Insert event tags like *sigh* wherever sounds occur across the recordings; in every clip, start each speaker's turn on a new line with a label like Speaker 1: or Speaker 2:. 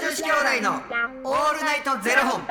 Speaker 1: 子兄弟のオールナイトゼロ本。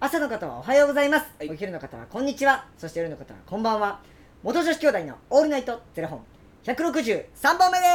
Speaker 2: 朝の方はおはようございます、
Speaker 1: はい
Speaker 2: お昼の方はこんにちはそして夜の方はこんばんは元女子兄弟のオールナイトゼロ本163本目で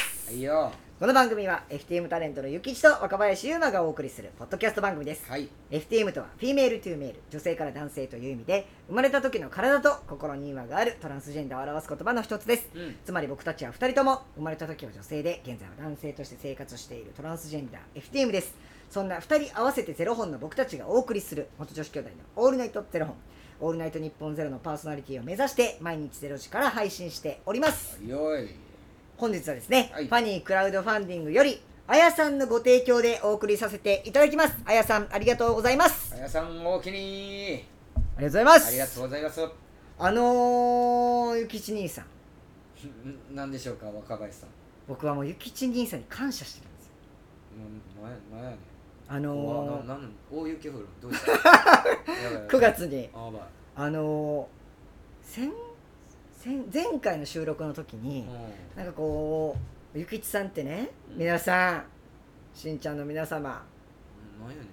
Speaker 2: す
Speaker 1: はいよ。
Speaker 2: この番組は FTM タレントのゆきちと若林優馬がお送りするポッドキャスト番組です、
Speaker 1: はい。
Speaker 2: FTM とはフィメールトゥーメール女性から男性という意味で生まれた時の体と心に違和があるトランスジェンダーを表す言葉の一つです
Speaker 1: うん。
Speaker 2: つまり僕たちは2人とも生まれた時は女性で現在は男性として生活しているトランスジェンダー FTM ですそんな2人合わせてゼロ本の僕たちがお送りする元女子兄弟の「オールナイトゼロ本」「オールナイトニッポンゼロのパーソナリティを目指して毎日ゼロ時から配信しております
Speaker 1: はいよい。
Speaker 2: 本日はですね、
Speaker 1: はい
Speaker 2: ファニークラウドファンディングよりあやさんのご提供でお送りさせていただきますあやさんありがとうございます
Speaker 1: あやさんおおきに。
Speaker 2: ありがとうございます
Speaker 1: ありがとうございます。
Speaker 2: あのー、ゆきち兄さん
Speaker 1: んなんでしょうか若林さん。
Speaker 2: 僕はもうゆきち兄さんに感謝してるんですよ
Speaker 1: ななんやねん。
Speaker 2: あ
Speaker 1: お
Speaker 2: の
Speaker 1: わ
Speaker 2: ー
Speaker 1: ななん大雪降る。ど
Speaker 2: *laughs*
Speaker 1: うした。やばいやばい
Speaker 2: 9。月に
Speaker 1: あば
Speaker 2: あのー、先先前回の収録の時
Speaker 1: い。
Speaker 2: に
Speaker 1: う、
Speaker 2: なんかこうゆきちさんってね
Speaker 1: うん
Speaker 2: 皆さんしんちゃんの皆様
Speaker 1: ん。なんやね
Speaker 2: め
Speaker 1: ん。
Speaker 2: っ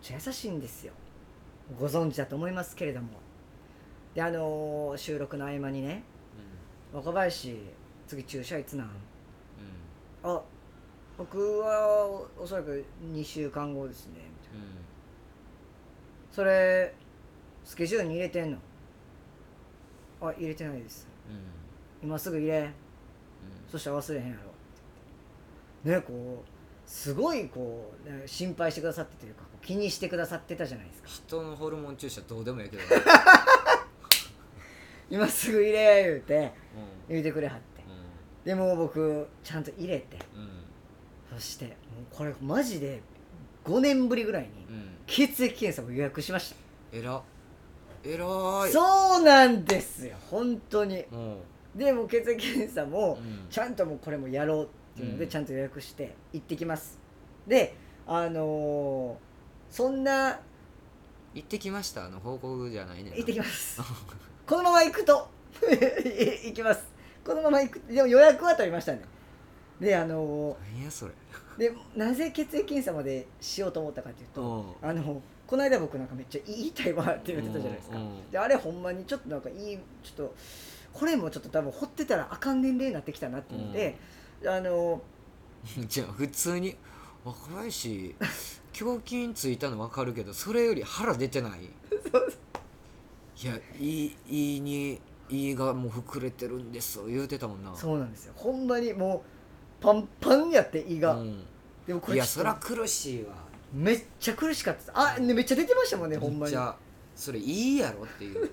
Speaker 2: ちゃ優しいんですよご存知だと思いますけれどもであのー、収録の合間にね若林次注射いつなん
Speaker 1: う。
Speaker 2: あ僕はおそらく2週間後ですねみたいなん
Speaker 1: うん。うん。
Speaker 2: それスケジュールに入れてんのあ入れてないです
Speaker 1: うん。
Speaker 2: 今すぐ入れ
Speaker 1: うん
Speaker 2: そしたら忘れへんやろねこうすごいこうね心配してくださってというかこう気にしてくださってたじゃないですか
Speaker 1: 人のホルモン注射どうでもいいけど
Speaker 2: *laughs*
Speaker 1: な、
Speaker 2: 今すぐ入れ言うて
Speaker 1: う
Speaker 2: 言うてくれはって
Speaker 1: ん
Speaker 2: でもう僕ちゃんと入れて
Speaker 1: うん
Speaker 2: そしてもうこれマジで5年ぶりぐらいに
Speaker 1: うんうん
Speaker 2: 血液検査を予約しまし
Speaker 1: えらえら
Speaker 2: た、
Speaker 1: ーい
Speaker 2: そうなんですよ本当に
Speaker 1: も
Speaker 2: でもう血液検査も、
Speaker 1: う、うん、
Speaker 2: ちゃんともうこれもやろうっていうの
Speaker 1: う
Speaker 2: で
Speaker 1: ん
Speaker 2: ちゃんと予約して行ってきます、であのーそんな
Speaker 1: 行ってきましたの報告じゃないねんな
Speaker 2: 行ってきます
Speaker 1: *laughs*
Speaker 2: このまま行くと *laughs* 行きますこのまま行くでも予約は取りましたねであの
Speaker 1: 何やそれ
Speaker 2: ーでなぜ血液検査までしようと思ったかというとあのこの間僕なんかめっちゃ言いたいわって言ってたじゃないですか
Speaker 1: うんうん
Speaker 2: であれほんまにちょっとなんかいいちょっとこれもちょっと多分掘ってたらあかん年齢になってきたなっていうので、あのー
Speaker 1: うん *laughs* じゃあ普通に若林胸筋ついたの分かるけどそれより腹出
Speaker 2: *laughs*
Speaker 1: てないいやいいいいにいいがもう膨れてるんです言うてたもんな
Speaker 2: そうなんですよほんまにもうパンパンやって胃が、
Speaker 1: うん
Speaker 2: でもこ
Speaker 1: い
Speaker 2: れ
Speaker 1: や
Speaker 2: ちょ
Speaker 1: そ
Speaker 2: っと
Speaker 1: ら苦しいわ
Speaker 2: めっちゃ苦しかったですあ、ね、めっちゃ出てましたもんねほんま
Speaker 1: めっ
Speaker 2: に
Speaker 1: ちゃそれいいやろっ
Speaker 2: *laughs*
Speaker 1: ていうっ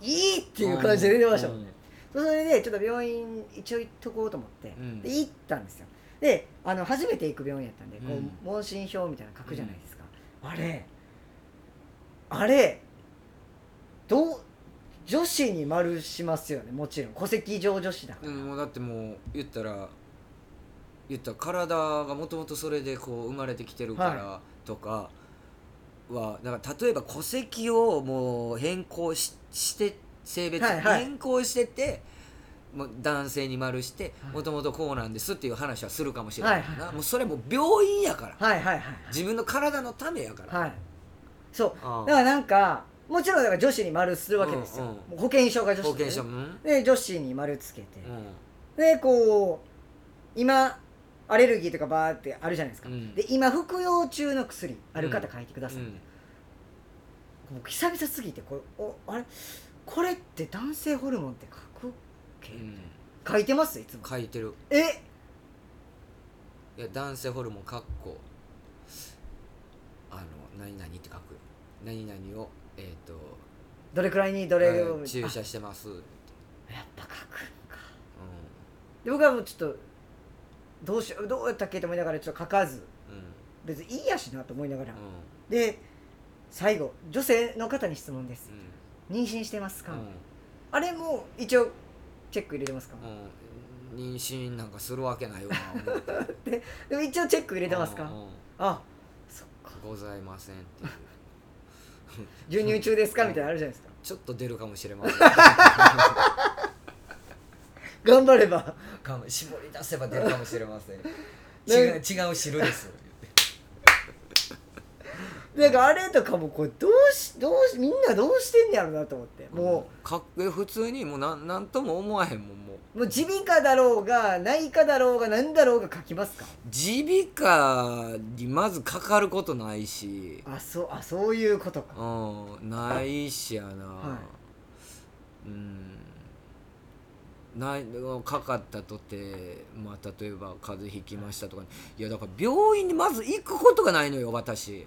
Speaker 2: いいっていう感じで出てましたもんね
Speaker 1: ね
Speaker 2: それでちょっと病院一応行っとこうと思って、
Speaker 1: うん
Speaker 2: で行ったんですよであの初めて行く病院やったんでこう、
Speaker 1: うん
Speaker 2: 問診票みたいなの書くじゃないですか、あれあれどう女子に丸しますよねもちろん戸籍上女子だか
Speaker 1: で
Speaker 2: ら、
Speaker 1: ももうだってもう言ったら言ったら体がもともとそれでこう生まれてきてるからとかは、だから例えば戸籍をもう変更しして性別
Speaker 2: はいはい
Speaker 1: 変更してて、もう男性に丸して
Speaker 2: はい
Speaker 1: もともとこうなんですっていう話はするかもしれないな、
Speaker 2: はいはいはい
Speaker 1: もうそれもう病院やから
Speaker 2: はいはいはい
Speaker 1: 自分の体のためやから、
Speaker 2: はいそう
Speaker 1: ああ
Speaker 2: だからなんかもちろんだから女子に丸するわけですよ、
Speaker 1: うんうん
Speaker 2: もう保険証が女子
Speaker 1: 保
Speaker 2: だね
Speaker 1: 険証もうん
Speaker 2: で女子に丸つけて、
Speaker 1: うん
Speaker 2: でこう今アレルギーとかバーってあるじゃないですか、
Speaker 1: うん
Speaker 2: で今服用中の薬ある方書いてください、僕久々すぎてこれおあれこれって男性ホルモンって書くっけ、
Speaker 1: うん
Speaker 2: 書いてますいつも
Speaker 1: 書いてる
Speaker 2: え
Speaker 1: いや男性ホルモンかっこあの何々って書くよ何々をえっ、と
Speaker 2: どれくらいにど
Speaker 1: こ
Speaker 2: れを、
Speaker 1: 注射してます、うん、
Speaker 2: あやっぱ書くんかで僕はもうちょっとどうしようどうやったっけと思いながらちょっと書かず
Speaker 1: う
Speaker 2: 別にいいやしなと思いながら、
Speaker 1: ん
Speaker 2: で最後女性の方に質問です
Speaker 1: うん
Speaker 2: 妊娠してますか、
Speaker 1: うん
Speaker 2: あれも一応チェック入れてますか、
Speaker 1: うん、妊娠なんかするわけないわ思って入
Speaker 2: でも一応チェック入れてますか、あそっか
Speaker 1: ございませんっていう
Speaker 2: 授乳中ですかみたいなのあるじゃないですか
Speaker 1: ちょっと出るかもし
Speaker 2: *laughs*
Speaker 1: れません
Speaker 2: 頑張れば
Speaker 1: かも絞り出せば出るかもしれません違う違う汁です
Speaker 2: *laughs* なんかあれとかもこれどうしどうしみんなどうしてんねやろなと思っても
Speaker 1: かっえ普通にもうなんなんとも思わへんもんもう
Speaker 2: うもう耳鼻科だろうが内科だろうが何だろうが書きますか
Speaker 1: 耳鼻科にまずかかることないし
Speaker 2: あそうあそういうことか
Speaker 1: うんないしやな、
Speaker 2: は
Speaker 1: うんないかかったとて、まあ、例えば風邪ひきましたとかいやだから病院にまず行くことがないのよ私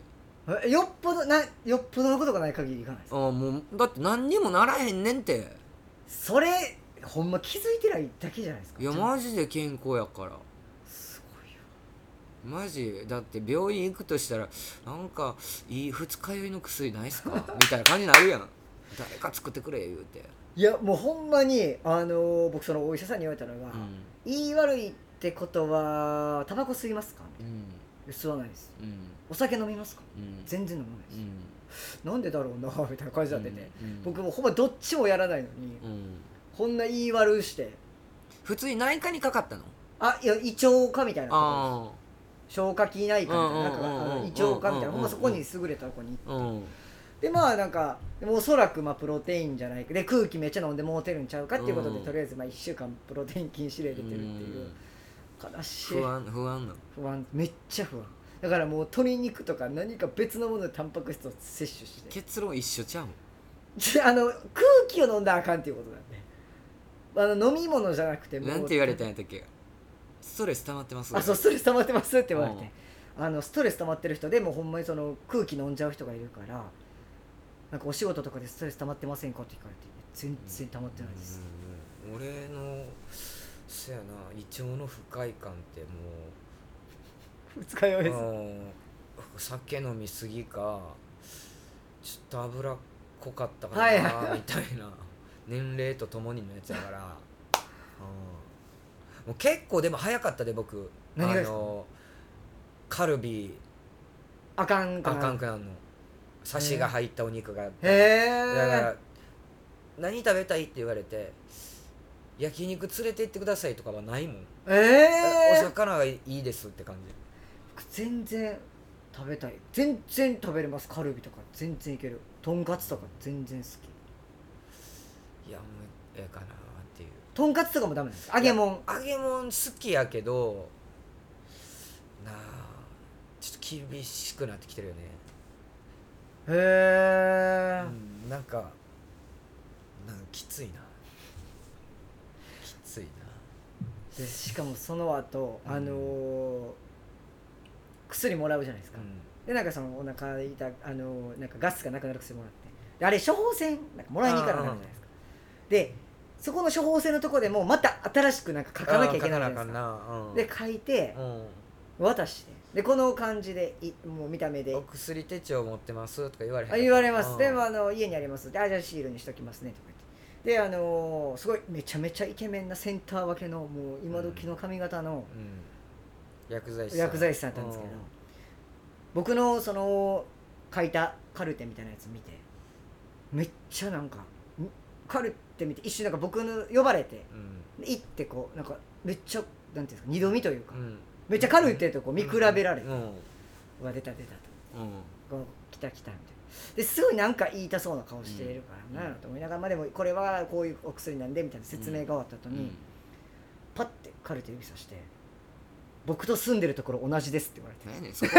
Speaker 2: えよっぽどなよっぽどのことがない限りいかないです
Speaker 1: あもうだって何にもならへんねんて
Speaker 2: それほんま気づいてないだけじゃないですか
Speaker 1: いやマジで健康やから
Speaker 2: すごいよ
Speaker 1: マジだって病院行くとしたらなんかいい二日酔いの薬ないっすかみたいな感じになるやん誰か作ってくれ言うて、
Speaker 2: いやもうほんまにあのー僕そのお医者さんに言われたのが、
Speaker 1: うん
Speaker 2: 言い悪いってことはタバコ吸いますか
Speaker 1: うん
Speaker 2: 吸わないです
Speaker 1: うん
Speaker 2: お酒飲みますか
Speaker 1: うん
Speaker 2: 全然飲まないです、
Speaker 1: うん
Speaker 2: なんでだろうなみたいな感じになってて、
Speaker 1: うん
Speaker 2: 僕もうほんまどっちもやらないのに、
Speaker 1: うん
Speaker 2: こんな言い悪うして
Speaker 1: 普通に内科にかかったの
Speaker 2: あいや胃腸科みたいなとこ
Speaker 1: あ
Speaker 2: です消化器内科みたいななん
Speaker 1: うんうんうんうん
Speaker 2: かあの胃腸科みたい
Speaker 1: う
Speaker 2: な
Speaker 1: んうんうん
Speaker 2: ほんまそこに優れたとこに行って
Speaker 1: あうん
Speaker 2: でまあなんかでもおそらくまあプロテインじゃないかで空気めっちゃ飲んでもうてるんちゃうかっていうことで、
Speaker 1: うん
Speaker 2: とりあえずまあ1週間プロテイン禁止令出てるっていう、悲しい
Speaker 1: 不安不安なの
Speaker 2: 不安めっちゃ不安だからもう鶏肉とか何か別のものでタンパク質を摂取して
Speaker 1: 結論一緒ちゃうん
Speaker 2: で *laughs* あの空気を飲んだらあかんっていうことなんであの飲み物じゃなくてもう
Speaker 1: なんて言われたんやったっけストレス溜まってます
Speaker 2: あそうストレス溜まってますって言われて、あのストレス溜まってる人でもうほんまにその空気飲んじゃう人がいるからなんかお仕事とかでストレス溜まってませんかって聞かれて全然溜まってないです、
Speaker 1: うんうん俺のそやな胃腸の不快感っても
Speaker 2: 二日酔いうで
Speaker 1: う
Speaker 2: す
Speaker 1: ん酒飲みすぎかちょっと脂っこかったか
Speaker 2: はい
Speaker 1: な
Speaker 2: は
Speaker 1: みたいな年齢とともにのやつやからうんもう結構でも早かったで僕
Speaker 2: 何がですか
Speaker 1: のカルビ
Speaker 2: あかんか
Speaker 1: あ
Speaker 2: な
Speaker 1: かんくなるのサシが入ったお肉が
Speaker 2: へ
Speaker 1: だか
Speaker 2: え
Speaker 1: ら「何食べたい?」って言われて「焼肉連れて行ってください」とかはないもん、
Speaker 2: え
Speaker 1: お
Speaker 2: ー、
Speaker 1: 魚がいいですって感じ
Speaker 2: 全然食べたい全然食べれますカルビとか全然いけるとんかつとか全然好き
Speaker 1: いやもうええかなっていう
Speaker 2: とんかつとかもダメなんです揚げもん
Speaker 1: 揚げ物好きやけどなあちょっと厳しくなってきてるよね、
Speaker 2: へえ、
Speaker 1: うんなんかなんかきついなきついな
Speaker 2: でしかもその後
Speaker 1: うん
Speaker 2: あのー薬もらうじゃないですか、
Speaker 1: うん
Speaker 2: でなんかそのお腹痛いあのーなんかガスがなくなる薬もらってであれ処方箋なんかもらいに行かなあかんじゃないですかでそこの処方箋のとこでもまた新しくなんか書かなきゃいけないじゃないですか
Speaker 1: ああ書かなあかんな
Speaker 2: で書いて
Speaker 1: うんうん
Speaker 2: 渡してでこの感じでいもう見た目で
Speaker 1: お薬手帳持ってますとか言われへん
Speaker 2: あ言われま
Speaker 1: う
Speaker 2: す
Speaker 1: ん
Speaker 2: でもあの家にありますであじゃあシールにしときますねとか言ってであのーすごいめちゃめちゃイケメンなセンター分けのもう今時の髪型の
Speaker 1: うん薬剤師さん
Speaker 2: 薬剤師さんだったんですけど、僕のその書いたカルテみたいなやつ見てめっちゃなんかんカルテ見て一瞬なんか僕の呼ばれて
Speaker 1: うん
Speaker 2: で行ってこうなんかめっちゃなんていうんですか二度見というか、
Speaker 1: うん
Speaker 2: めっちゃカルテとこう見比べられて、
Speaker 1: うんうん
Speaker 2: うわ出た出たと。こう来た来たみたいなですごいなんか言いたそうな顔しているから、な
Speaker 1: うん
Speaker 2: んやろと思いながら、まあ、でもこれはこういうお薬なんでみたいな説明が終わった後に、 *laughs* パッてカルテ指さして「僕と住んでるところ同じです」って言われて
Speaker 1: 何やねんそこ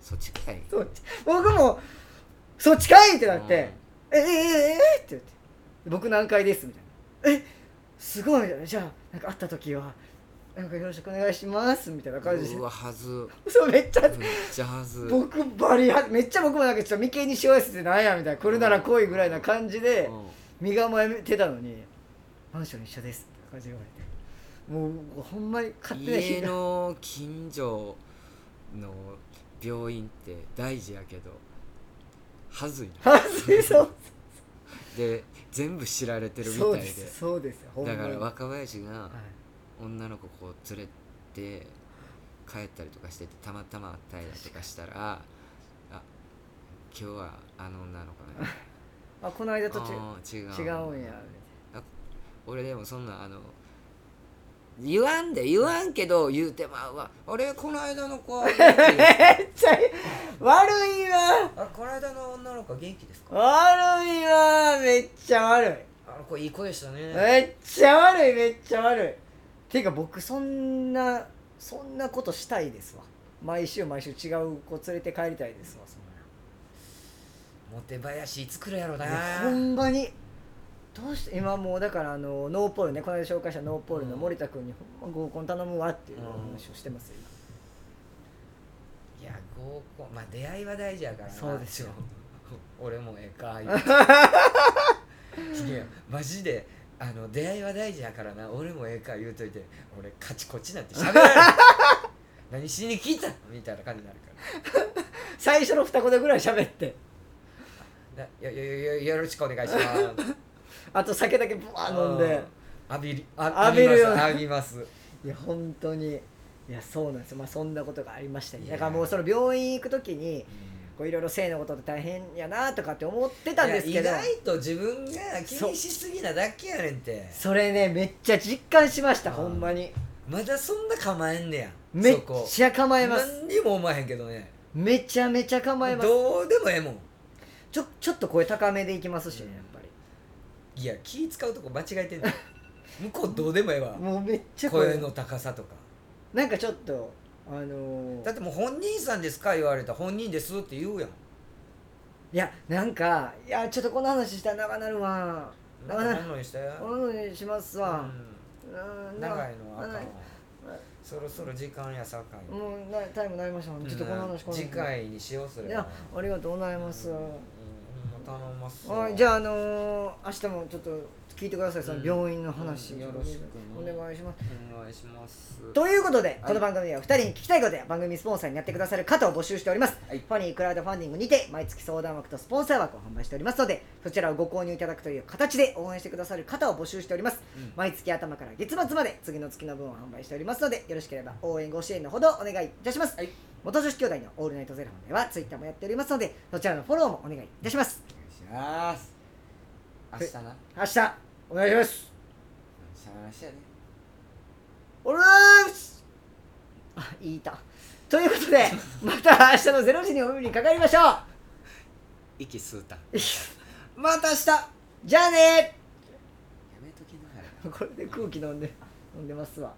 Speaker 1: そっちかい
Speaker 2: そっち僕も「そっちかい!」ってなって「えええええって言って「僕何階です」みたいな「えすごい」みたいなじゃあなんか会った時は「なんかよろしくお願いします」みたいな感じ
Speaker 1: う
Speaker 2: で
Speaker 1: わはず
Speaker 2: そうめっちゃ
Speaker 1: めっちゃはず
Speaker 2: 僕バリはめっちゃ僕もなんかちょっと眉間にしわ寄せてなんやみたいなこれなら来いぐらいな感じで
Speaker 1: うん
Speaker 2: 身構えてたのにマンション一緒ですって感じで言われてもうほんまに勝手な
Speaker 1: 家
Speaker 2: 日 *laughs* が
Speaker 1: の近所の病院って大事やけどはずいな
Speaker 2: 反省そう
Speaker 1: で全部知られてるみ
Speaker 2: そう
Speaker 1: たい
Speaker 2: で
Speaker 1: です
Speaker 2: そうですよほんまに
Speaker 1: だから若林が
Speaker 2: はい
Speaker 1: 女の子こう連れて帰ったりとかしててたまたま会ったりだとかしたら「あ今日はあの女の子ね
Speaker 2: あこの間とち
Speaker 1: あー違う
Speaker 2: 違うんや
Speaker 1: 俺でもそんなあの言わんで言わんけど言うてまうわあれこの間の子は元気
Speaker 2: *laughs*
Speaker 1: ですか
Speaker 2: めっちゃ悪いわ
Speaker 1: あこの間の女の子は元気ですか
Speaker 2: 悪いわめっちゃ悪い
Speaker 1: あの子いい子でしたね
Speaker 2: めっちゃ悪いめっちゃ悪いていうか僕そんなそんなことしたいですわ毎週毎週違う子連れて帰りたいですわそん
Speaker 1: モテ林作るやろな
Speaker 2: なほんまにどうして今もうだからあのノーポールねこの間紹介したノーポールの森田君にほんま合コン頼むわっていう話をしてますよ
Speaker 1: いや合コンまあ出会いは大事やからな
Speaker 2: そうですよ
Speaker 1: *laughs* 俺もええ
Speaker 2: *laughs*
Speaker 1: か言うていやマジであの出会いは大事やからな俺もええか言うといて俺カチコチなんてしゃべら
Speaker 2: *laughs*
Speaker 1: ない何しに来たみたいな感じになるか
Speaker 2: 最初の二言ぐらい喋って
Speaker 1: らなよよよよろしくお願いします
Speaker 2: *laughs* あと酒だけブワー飲んで
Speaker 1: 浴びりあ
Speaker 2: 浴びるよ
Speaker 1: 浴びます浴びます
Speaker 2: いや本当にいやそうなんですよまあそんなことがありましたね
Speaker 1: いや
Speaker 2: だからもうその病院行く時にこういろいろ性のことって大変やなとかって思ってたんですけど
Speaker 1: いや意外と自分が気にしすぎなだけやねんて
Speaker 2: それねめっちゃ実感しました
Speaker 1: うん
Speaker 2: ほんまに
Speaker 1: まだそんな構えんねや
Speaker 2: めっ
Speaker 1: そこ
Speaker 2: ちゃ構えます
Speaker 1: 何にも思わへんけどね
Speaker 2: めちゃめちゃ構えます
Speaker 1: どうでもええもん
Speaker 2: ちょちょっと声高めでいきますし
Speaker 1: う
Speaker 2: ね
Speaker 1: ん
Speaker 2: やっぱり
Speaker 1: いや気使うとこ間違えてんの向こうどうでもええわ
Speaker 2: もうめっちゃ
Speaker 1: 声の高さとか
Speaker 2: なんかちょっとあの
Speaker 1: だっ
Speaker 2: ー、
Speaker 1: てもう本人さんですか言われたら本人ですって言うや
Speaker 2: い
Speaker 1: ん
Speaker 2: やなんかいやちょっとこの話したら長なるわだから
Speaker 1: なんかこんなんして
Speaker 2: この話しますわ、う
Speaker 1: うん
Speaker 2: ん、なんか
Speaker 1: 長いのはあかんわ
Speaker 2: うん
Speaker 1: そろそろ時間やさかい
Speaker 2: もうなタイムなりましたもんねちょっとこの話この話
Speaker 1: 次回にしようそ
Speaker 2: い
Speaker 1: れ
Speaker 2: や
Speaker 1: は
Speaker 2: ありがとうござい
Speaker 1: うん
Speaker 2: ます、
Speaker 1: うん頼みますわ
Speaker 2: はい、じゃあ、あのー明日もちょっと聞いてください、その
Speaker 1: うん
Speaker 2: 病院の話、
Speaker 1: うんよろしくね
Speaker 2: お願いします。
Speaker 1: お願いします
Speaker 2: ということで、
Speaker 1: はい
Speaker 2: この番組では2人に聞きたいことや番組スポンサーになってくださる方を募集しております、
Speaker 1: はい
Speaker 2: ファニークラウドファンディングにて毎月相談枠とスポンサー枠を販売しておりますのでそちらをご購入いただくという形で応援してくださる方を募集しております、
Speaker 1: うん
Speaker 2: 毎月頭から月末まで次の月の分を販売しておりますのでよろしければ応援ご支援のほどお願いいたします、
Speaker 1: はい
Speaker 2: 元女子兄弟のオールナイトゼロ本ではツイッターもやっておりますのでそちらのフォローもお願いいたします
Speaker 1: お願いします明日な
Speaker 2: 明日お願いします
Speaker 1: しゃべらしやね
Speaker 2: おらーすあ言いたということ
Speaker 1: *laughs*
Speaker 2: でまた明日の0時にお耳にかかりましょ
Speaker 1: 息吸うたや
Speaker 2: う
Speaker 1: また明日
Speaker 2: じゃあね
Speaker 1: めときなはれ
Speaker 2: これで空気飲んで飲んでますわ